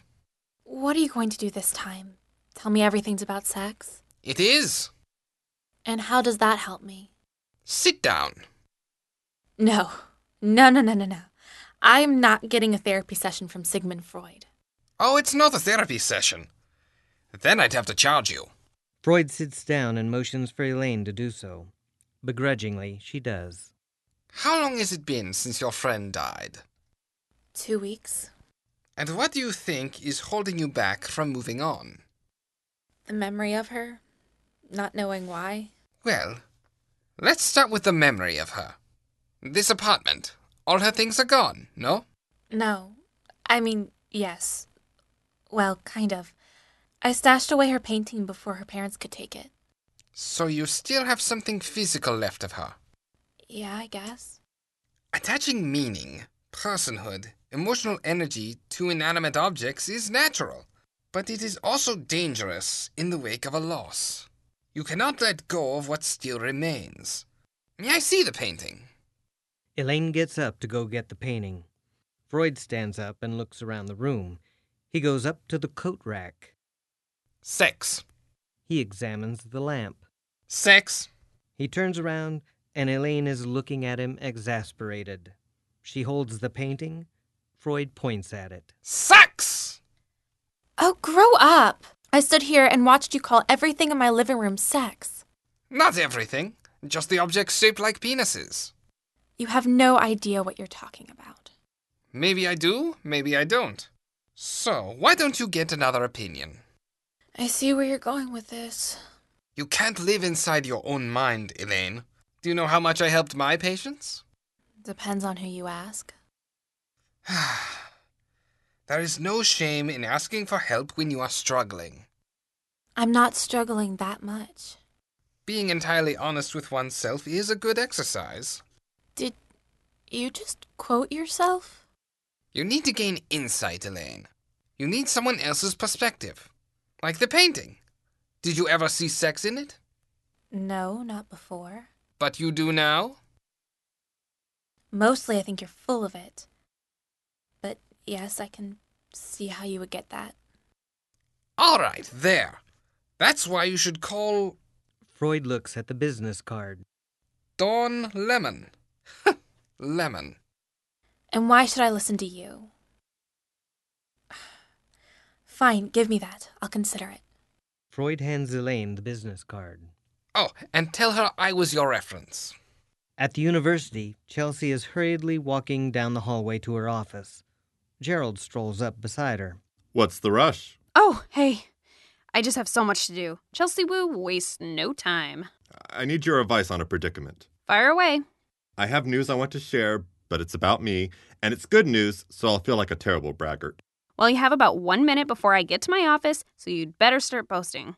[SPEAKER 2] What are you going to do this time? Tell me everything's about sex.
[SPEAKER 14] It is.
[SPEAKER 2] And how does that help me?
[SPEAKER 14] Sit down.
[SPEAKER 2] No. No, no, no, no, no. I'm not getting a therapy session from Sigmund Freud.
[SPEAKER 14] Oh, it's not a therapy session. Then I'd have to charge you.
[SPEAKER 1] Freud sits down and motions for Elaine to do so. Begrudgingly, she does.
[SPEAKER 14] How long has it been since your friend died?
[SPEAKER 2] Two weeks.
[SPEAKER 14] And what do you think is holding you back from moving on?
[SPEAKER 2] The memory of her, not knowing why.
[SPEAKER 14] Well, let's start with the memory of her. This apartment. All her things are gone, no?
[SPEAKER 2] No. I mean, yes. Well, kind of. I stashed away her painting before her parents could take it.
[SPEAKER 14] So you still have something physical left of her.
[SPEAKER 2] Yeah, I guess.
[SPEAKER 14] Attaching meaning, personhood, emotional energy to inanimate objects is natural, but it is also dangerous in the wake of a loss. You cannot let go of what still remains. I see the painting.
[SPEAKER 1] Elaine gets up to go get the painting. Freud stands up and looks around the room. He goes up to the coat rack.
[SPEAKER 14] Sex.
[SPEAKER 1] He examines the lamp.
[SPEAKER 14] Sex.
[SPEAKER 1] He turns around, and Elaine is looking at him exasperated. She holds the painting. Freud points at it.
[SPEAKER 14] Sex!
[SPEAKER 2] Oh, grow up! I stood here and watched you call everything in my living room sex.
[SPEAKER 14] Not everything, just the objects shaped like penises.
[SPEAKER 2] You have no idea what you're talking about.
[SPEAKER 14] Maybe I do, maybe I don't. So, why don't you get another opinion?
[SPEAKER 2] I see where you're going with this.
[SPEAKER 14] You can't live inside your own mind, Elaine. Do you know how much I helped my patients?
[SPEAKER 2] Depends on who you ask.
[SPEAKER 14] There is no shame in asking for help when you are struggling.
[SPEAKER 2] I'm not struggling that much.
[SPEAKER 14] Being entirely honest with oneself is a good exercise.
[SPEAKER 2] Did you just quote yourself?
[SPEAKER 14] You need to gain insight, Elaine. You need someone else's perspective. Like the painting. Did you ever see sex in it?
[SPEAKER 2] No, not before.
[SPEAKER 14] But you do now?
[SPEAKER 2] Mostly, I think you're full of it. But yes, I can see how you would get that.
[SPEAKER 14] All right, there. That's why you should call
[SPEAKER 1] Freud looks at the business card.
[SPEAKER 14] Dawn Lemon. Lemon.
[SPEAKER 2] And why should I listen to you? Fine, give me that. I'll consider it.
[SPEAKER 1] Freud hands Elaine the business card.
[SPEAKER 14] Oh, and tell her I was your reference.
[SPEAKER 1] At the university, Chelsea is hurriedly walking down the hallway to her office. Gerald strolls up beside her.
[SPEAKER 15] What's the rush?
[SPEAKER 3] Oh, hey. I just have so much to do. Chelsea Wu wastes no time.
[SPEAKER 15] I need your advice on a predicament.
[SPEAKER 3] Fire away.
[SPEAKER 15] I have news I want to share, but it's about me, and it's good news, so I'll feel like a terrible braggart.
[SPEAKER 3] Well, you have about one minute before I get to my office, so you'd better start boasting.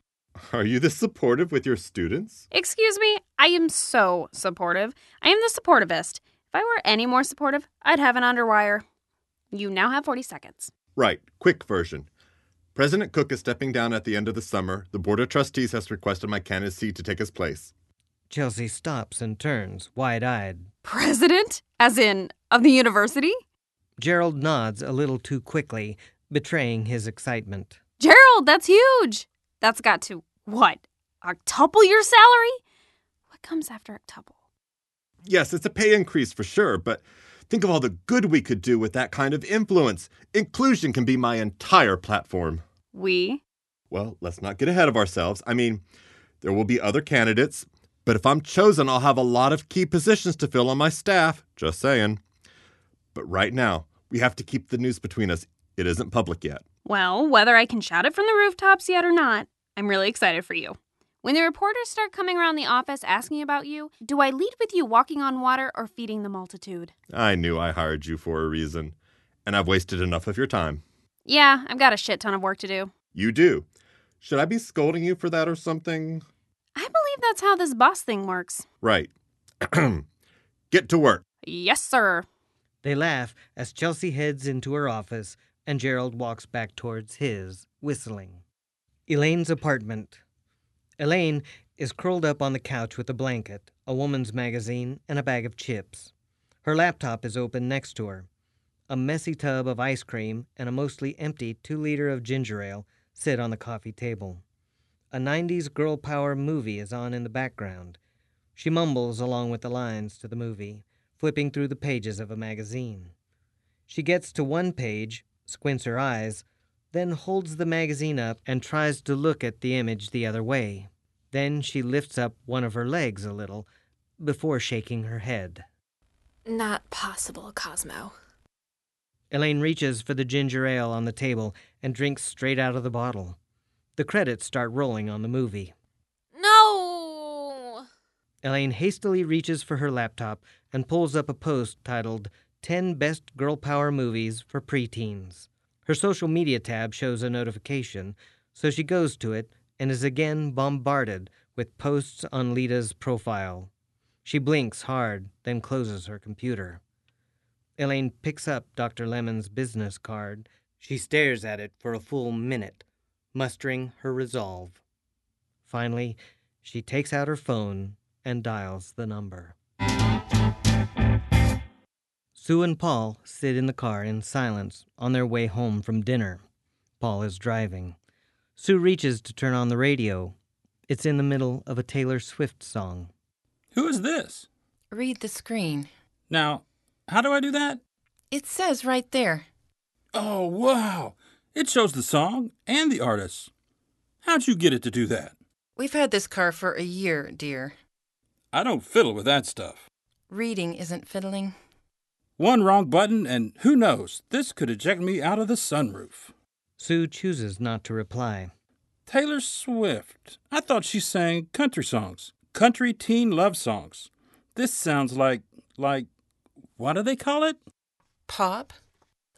[SPEAKER 15] Are you this supportive with your students?
[SPEAKER 3] Excuse me, I am so supportive. I am the supportivist. If I were any more supportive, I'd have an underwire. You now have 40 seconds.
[SPEAKER 15] Right, quick version. President Cook is stepping down at the end of the summer. The Board of Trustees has requested my candidacy to take his place.
[SPEAKER 1] Chelsea stops and turns, wide eyed.
[SPEAKER 3] President? As in, of the university?
[SPEAKER 1] Gerald nods a little too quickly, betraying his excitement.
[SPEAKER 3] Gerald, that's huge! That's got to, what, octuple your salary? What comes after octuple?
[SPEAKER 15] Yes, it's a pay increase for sure, but think of all the good we could do with that kind of influence. Inclusion can be my entire platform.
[SPEAKER 3] We?
[SPEAKER 15] Well, let's not get ahead of ourselves. I mean, there will be other candidates, but if I'm chosen, I'll have a lot of key positions to fill on my staff. Just saying. But right now, we have to keep the news between us. It isn't public yet.
[SPEAKER 3] Well, whether I can shout it from the rooftops yet or not, I'm really excited for you. When the reporters start coming around the office asking about you, do I lead with you walking on water or feeding the multitude?
[SPEAKER 15] I knew I hired you for a reason, and I've wasted enough of your time.
[SPEAKER 3] Yeah, I've got a shit ton of work to do.
[SPEAKER 15] You do. Should I be scolding you for that or something?
[SPEAKER 3] I believe that's how this boss thing works.
[SPEAKER 15] Right. Get to work.
[SPEAKER 3] Yes, sir.
[SPEAKER 1] They laugh as Chelsea heads into her office and Gerald walks back towards his, whistling. Elaine's apartment. Elaine is curled up on the couch with a blanket, a woman's magazine, and a bag of chips. Her laptop is open next to her. A messy tub of ice cream and a mostly empty two liter of ginger ale sit on the coffee table. A 90s girl power movie is on in the background. She mumbles along with the lines to the movie, flipping through the pages of a magazine. She gets to one page, squints her eyes, then holds the magazine up and tries to look at the image the other way. Then she lifts up one of her legs a little before shaking her head.
[SPEAKER 2] Not possible, Cosmo.
[SPEAKER 1] Elaine reaches for the ginger ale on the table and drinks straight out of the bottle. The credits start rolling on the movie.
[SPEAKER 2] No!
[SPEAKER 1] Elaine hastily reaches for her laptop and pulls up a post titled 10 Best Girl Power Movies for Preteens. Her social media tab shows a notification, so she goes to it and is again bombarded with posts on Lita's profile. She blinks hard, then closes her computer. Elaine picks up Dr. Lemon's business card. She stares at it for a full minute, mustering her resolve. Finally, she takes out her phone and dials the number. Sue and Paul sit in the car in silence on their way home from dinner. Paul is driving. Sue reaches to turn on the radio. It's in the middle of a Taylor Swift song.
[SPEAKER 13] Who is this?
[SPEAKER 12] Read the screen.
[SPEAKER 13] Now, how do I do that?
[SPEAKER 12] It says right there.
[SPEAKER 13] Oh, wow. It shows the song and the artist. How'd you get it to do that?
[SPEAKER 12] We've had this car for a year, dear.
[SPEAKER 13] I don't fiddle with that stuff.
[SPEAKER 12] Reading isn't fiddling.
[SPEAKER 13] One wrong button, and who knows, this could eject me out of the sunroof.
[SPEAKER 1] Sue chooses not to reply.
[SPEAKER 13] Taylor Swift. I thought she sang country songs, country teen love songs. This sounds like, like, what do they call it?
[SPEAKER 12] Pop?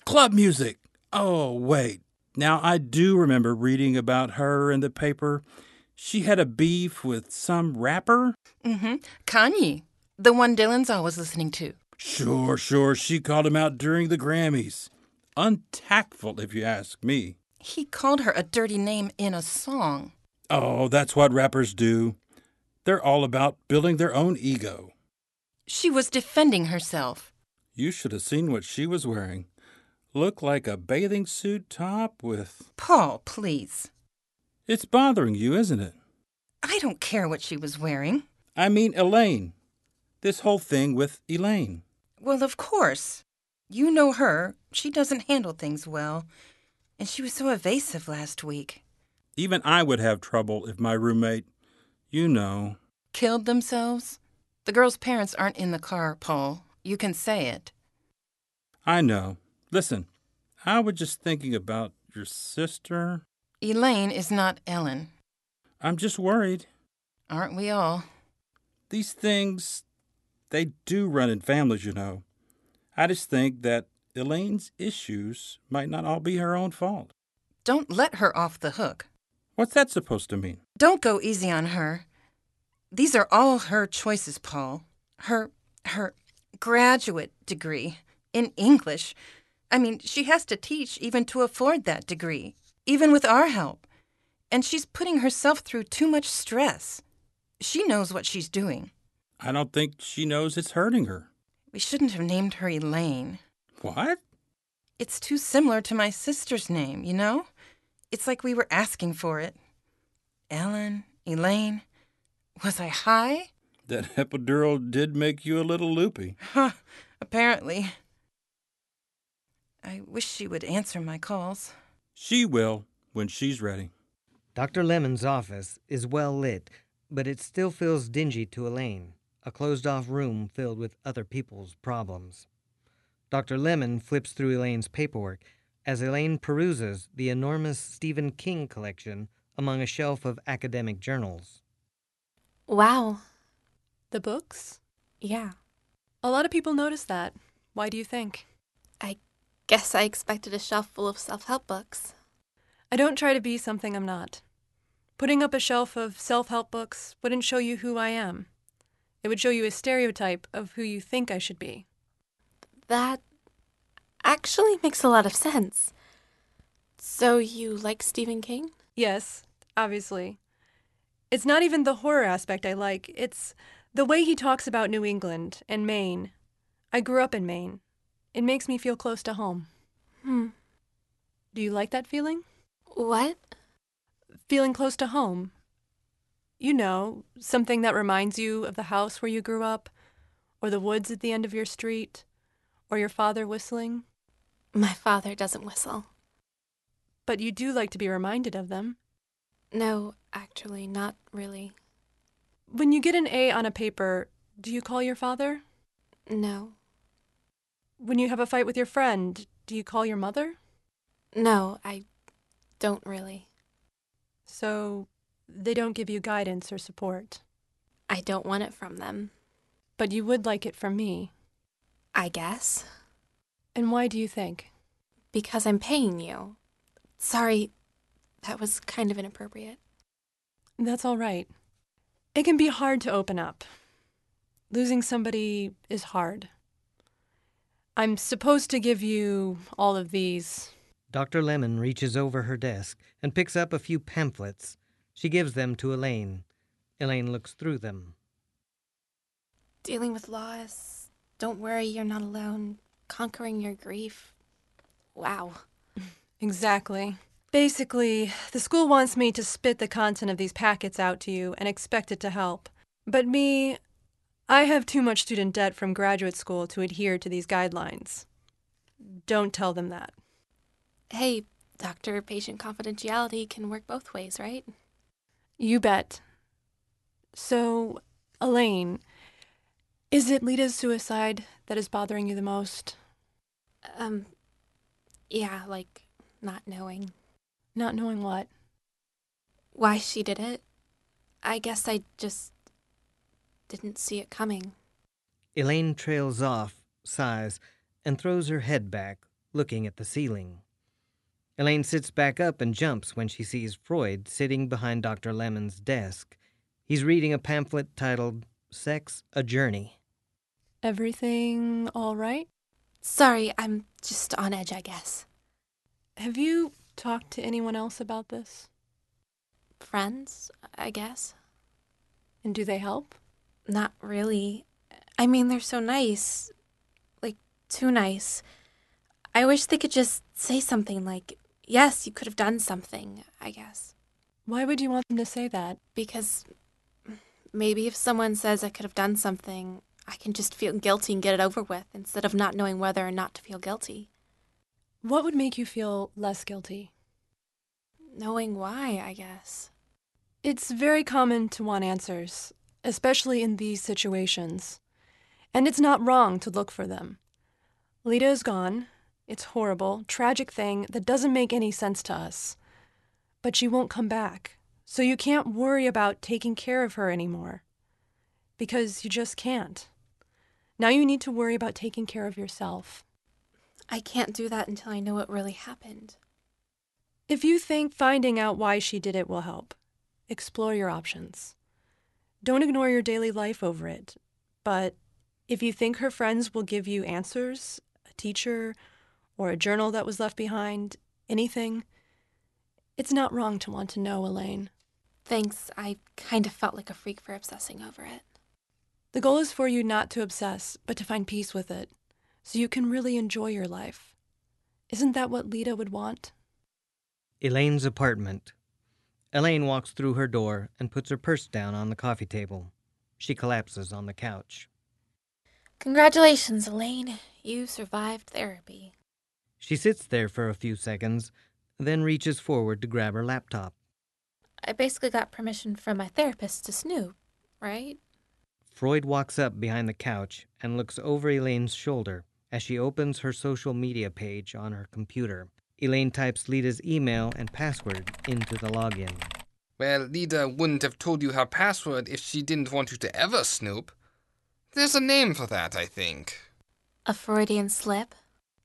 [SPEAKER 13] Club music. Oh, wait. Now, I do remember reading about her in the paper. She had a beef with some rapper.
[SPEAKER 12] Mm hmm. Kanye. The one Dylan's always listening to.
[SPEAKER 13] Sure, sure. She called him out during the Grammys. Untactful, if you ask me.
[SPEAKER 12] He called her a dirty name in a song.
[SPEAKER 13] Oh, that's what rappers do. They're all about building their own ego.
[SPEAKER 12] She was defending herself.
[SPEAKER 13] You should have seen what she was wearing. Looked like a bathing suit top with.
[SPEAKER 12] Paul, please.
[SPEAKER 13] It's bothering you, isn't it?
[SPEAKER 12] I don't care what she was wearing.
[SPEAKER 13] I mean, Elaine. This whole thing with Elaine.
[SPEAKER 12] Well, of course. You know her. She doesn't handle things well. And she was so evasive last week.
[SPEAKER 13] Even I would have trouble if my roommate, you know.
[SPEAKER 12] Killed themselves? The girl's parents aren't in the car, Paul. You can say it.
[SPEAKER 13] I know. Listen, I was just thinking about your sister.
[SPEAKER 12] Elaine is not Ellen.
[SPEAKER 13] I'm just worried.
[SPEAKER 12] Aren't we all?
[SPEAKER 13] These things, they do run in families, you know. I just think that Elaine's issues might not all be her own fault.
[SPEAKER 12] Don't let her off the hook.
[SPEAKER 13] What's that supposed to mean?
[SPEAKER 12] Don't go easy on her. These are all her choices, Paul. Her her graduate degree in English. I mean, she has to teach even to afford that degree. even with our help. And she's putting herself through too much stress. She knows what she's doing.
[SPEAKER 13] I don't think she knows it's hurting her.
[SPEAKER 12] We shouldn't have named her Elaine.
[SPEAKER 13] What?
[SPEAKER 12] It's too similar to my sister's name, you know? It's like we were asking for it. Ellen, Elaine. Was I high?
[SPEAKER 13] That epidural did make you a little loopy.
[SPEAKER 12] Huh, apparently. I wish she would answer my calls.
[SPEAKER 13] She will when she's ready.
[SPEAKER 1] Dr. Lemon's office is well lit, but it still feels dingy to Elaine, a closed off room filled with other people's problems. Dr. Lemon flips through Elaine's paperwork as Elaine peruses the enormous Stephen King collection among a shelf of academic journals.
[SPEAKER 2] Wow.
[SPEAKER 10] The books?
[SPEAKER 2] Yeah.
[SPEAKER 10] A lot of people notice that. Why do you think?
[SPEAKER 2] I guess I expected a shelf full of self help books.
[SPEAKER 10] I don't try to be something I'm not. Putting up a shelf of self help books wouldn't show you who I am. It would show you a stereotype of who you think I should be.
[SPEAKER 2] That actually makes a lot of sense. So you like Stephen King?
[SPEAKER 10] Yes, obviously. It's not even the horror aspect I like, it's the way he talks about New England and Maine. I grew up in Maine. It makes me feel close to home.
[SPEAKER 2] Hmm.
[SPEAKER 10] Do you like that feeling?
[SPEAKER 2] What?
[SPEAKER 10] Feeling close to home. You know, something that reminds you of the house where you grew up, or the woods at the end of your street, or your father whistling.
[SPEAKER 2] My father doesn't whistle.
[SPEAKER 10] But you do like to be reminded of them.
[SPEAKER 2] No, actually, not really.
[SPEAKER 10] When you get an A on a paper, do you call your father?
[SPEAKER 2] No.
[SPEAKER 10] When you have a fight with your friend, do you call your mother?
[SPEAKER 2] No, I don't really.
[SPEAKER 10] So they don't give you guidance or support.
[SPEAKER 2] I don't want it from them,
[SPEAKER 10] But you would like it from me.
[SPEAKER 2] I guess.
[SPEAKER 10] And why do you think?
[SPEAKER 2] Because I'm paying you. Sorry, that was kind of inappropriate.
[SPEAKER 10] That's all right. It can be hard to open up. Losing somebody is hard. I'm supposed to give you all of these.
[SPEAKER 1] Dr. Lemon reaches over her desk and picks up a few pamphlets. She gives them to Elaine. Elaine looks through them.
[SPEAKER 2] Dealing with loss, don't worry, you're not alone. Conquering your grief. Wow.
[SPEAKER 10] Exactly. Basically, the school wants me to spit the content of these packets out to you and expect it to help. But me, I have too much student debt from graduate school to adhere to these guidelines. Don't tell them that.
[SPEAKER 2] Hey, doctor patient confidentiality can work both ways, right?
[SPEAKER 10] You bet. So, Elaine, is it Lita's suicide that is bothering you the most?
[SPEAKER 2] Um, yeah, like not knowing
[SPEAKER 10] Not knowing what?
[SPEAKER 2] why she did it. I guess I just didn't see it coming.
[SPEAKER 1] Elaine trails off, sighs, and throws her head back, looking at the ceiling. Elaine sits back up and jumps when she sees Freud sitting behind Dr. Lemon's desk. He's reading a pamphlet titled Sex a Journey.
[SPEAKER 10] Everything all right?
[SPEAKER 2] Sorry, I'm just on edge, I guess.
[SPEAKER 10] Have you talked to anyone else about this?
[SPEAKER 2] Friends, I guess.
[SPEAKER 10] And do they help?
[SPEAKER 2] Not really. I mean, they're so nice. Like, too nice. I wish they could just say something like, yes, you could have done something, I guess.
[SPEAKER 10] Why would you want them to say that?
[SPEAKER 2] Because maybe if someone says I could have done something, I can just feel guilty and get it over with instead of not knowing whether or not to feel guilty.
[SPEAKER 10] What would make you feel less guilty?
[SPEAKER 2] Knowing why, I guess.
[SPEAKER 10] It's very common to want answers, especially in these situations. And it's not wrong to look for them. Lita is gone. It's horrible, tragic thing that doesn't make any sense to us. But she won't come back. So you can't worry about taking care of her anymore. Because you just can't. Now you need to worry about taking care of yourself.
[SPEAKER 2] I can't do that until I know what really happened.
[SPEAKER 10] If you think finding out why she did it will help, explore your options. Don't ignore your daily life over it. But if you think her friends will give you answers, a teacher, or a journal that was left behind, anything, It's not wrong to want to know, Elaine.
[SPEAKER 2] Thanks. I kind of felt like a freak for obsessing over it.
[SPEAKER 10] The goal is for you not to obsess, but to find peace with it, so you can really enjoy your life. Isn't that what Lita would want?
[SPEAKER 1] Elaine's apartment. Elaine walks through her door and puts her purse down on the coffee table. She collapses on the couch.
[SPEAKER 2] Congratulations, Elaine. You survived therapy.
[SPEAKER 1] She sits there for a few seconds, then reaches forward to grab her laptop.
[SPEAKER 2] I basically got permission from my therapist to snoop, right?
[SPEAKER 1] Freud walks up behind the couch and looks over Elaine's shoulder as she opens her social media page on her computer. Elaine types Lita's email and password into the login.
[SPEAKER 14] Well, Lida wouldn't have told you her password if she didn't want you to ever snoop. There's a name for that, I think.
[SPEAKER 2] A Freudian slip?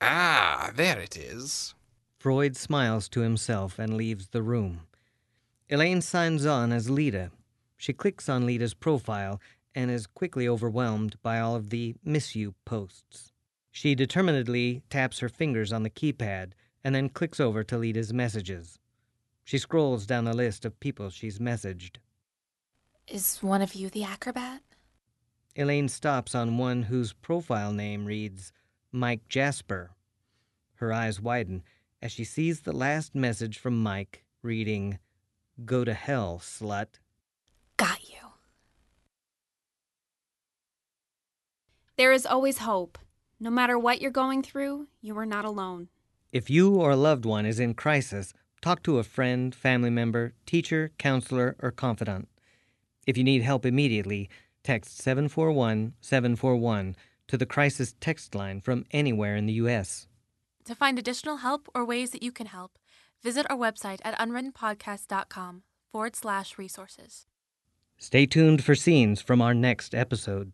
[SPEAKER 14] Ah, there it is.
[SPEAKER 1] Freud smiles to himself and leaves the room. Elaine signs on as Lita. She clicks on Lita's profile and is quickly overwhelmed by all of the miss you posts. She determinedly taps her fingers on the keypad and then clicks over to Lita's messages. She scrolls down the list of people she's messaged.
[SPEAKER 2] Is one of you the acrobat?
[SPEAKER 1] Elaine stops on one whose profile name reads Mike Jasper. Her eyes widen as she sees the last message from Mike reading, Go to hell, slut.
[SPEAKER 2] Got you.
[SPEAKER 3] There is always hope. No matter what you're going through, you are not alone.
[SPEAKER 1] If you or a loved one is in crisis, talk to a friend, family member, teacher, counselor, or confidant. If you need help immediately, text 741 741 to the crisis text line from anywhere in the U.S.
[SPEAKER 16] To find additional help or ways that you can help, visit our website at unwrittenpodcast.com forward slash resources.
[SPEAKER 1] Stay tuned for scenes from our next episode.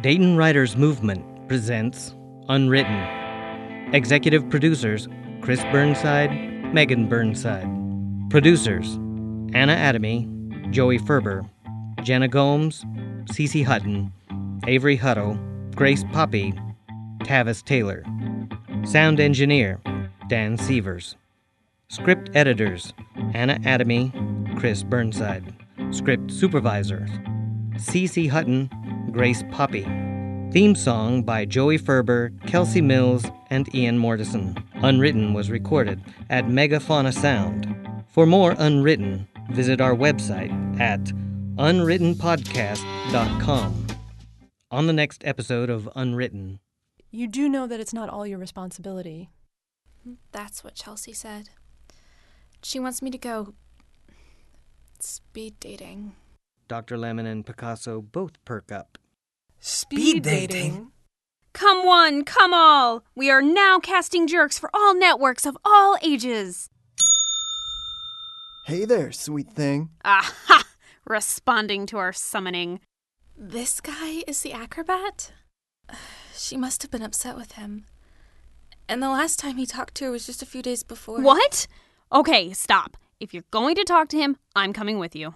[SPEAKER 1] Dayton Writers Movement presents Unwritten. Executive producers Chris Burnside, Megan Burnside. Producers Anna Adamy, Joey Ferber, Jenna Gomes, Cece Hutton, Avery Huddle, Grace Poppy, Tavis Taylor. Sound engineer Dan Sievers. Script editors Anna Adamy, Chris Burnside. Script supervisors Cece Hutton, Grace Poppy. Theme song by Joey Ferber, Kelsey Mills, and Ian Mortison. Unwritten was recorded at Megafauna Sound. For more Unwritten, visit our website at unwrittenpodcast.com. On the next episode of Unwritten,
[SPEAKER 10] You do know that it's not all your responsibility.
[SPEAKER 2] That's what Chelsea said. She wants me to go speed dating.
[SPEAKER 1] Dr. Lemon and Picasso both perk up.
[SPEAKER 3] Speed dating? Come one, come all. We are now casting jerks for all networks of all ages.
[SPEAKER 17] Hey there, sweet thing.
[SPEAKER 3] Aha! Responding to our summoning.
[SPEAKER 2] This guy is the acrobat? She must have been upset with him. And the last time he talked to her was just a few days before.
[SPEAKER 3] What? Okay, stop. If you're going to talk to him, I'm coming with you.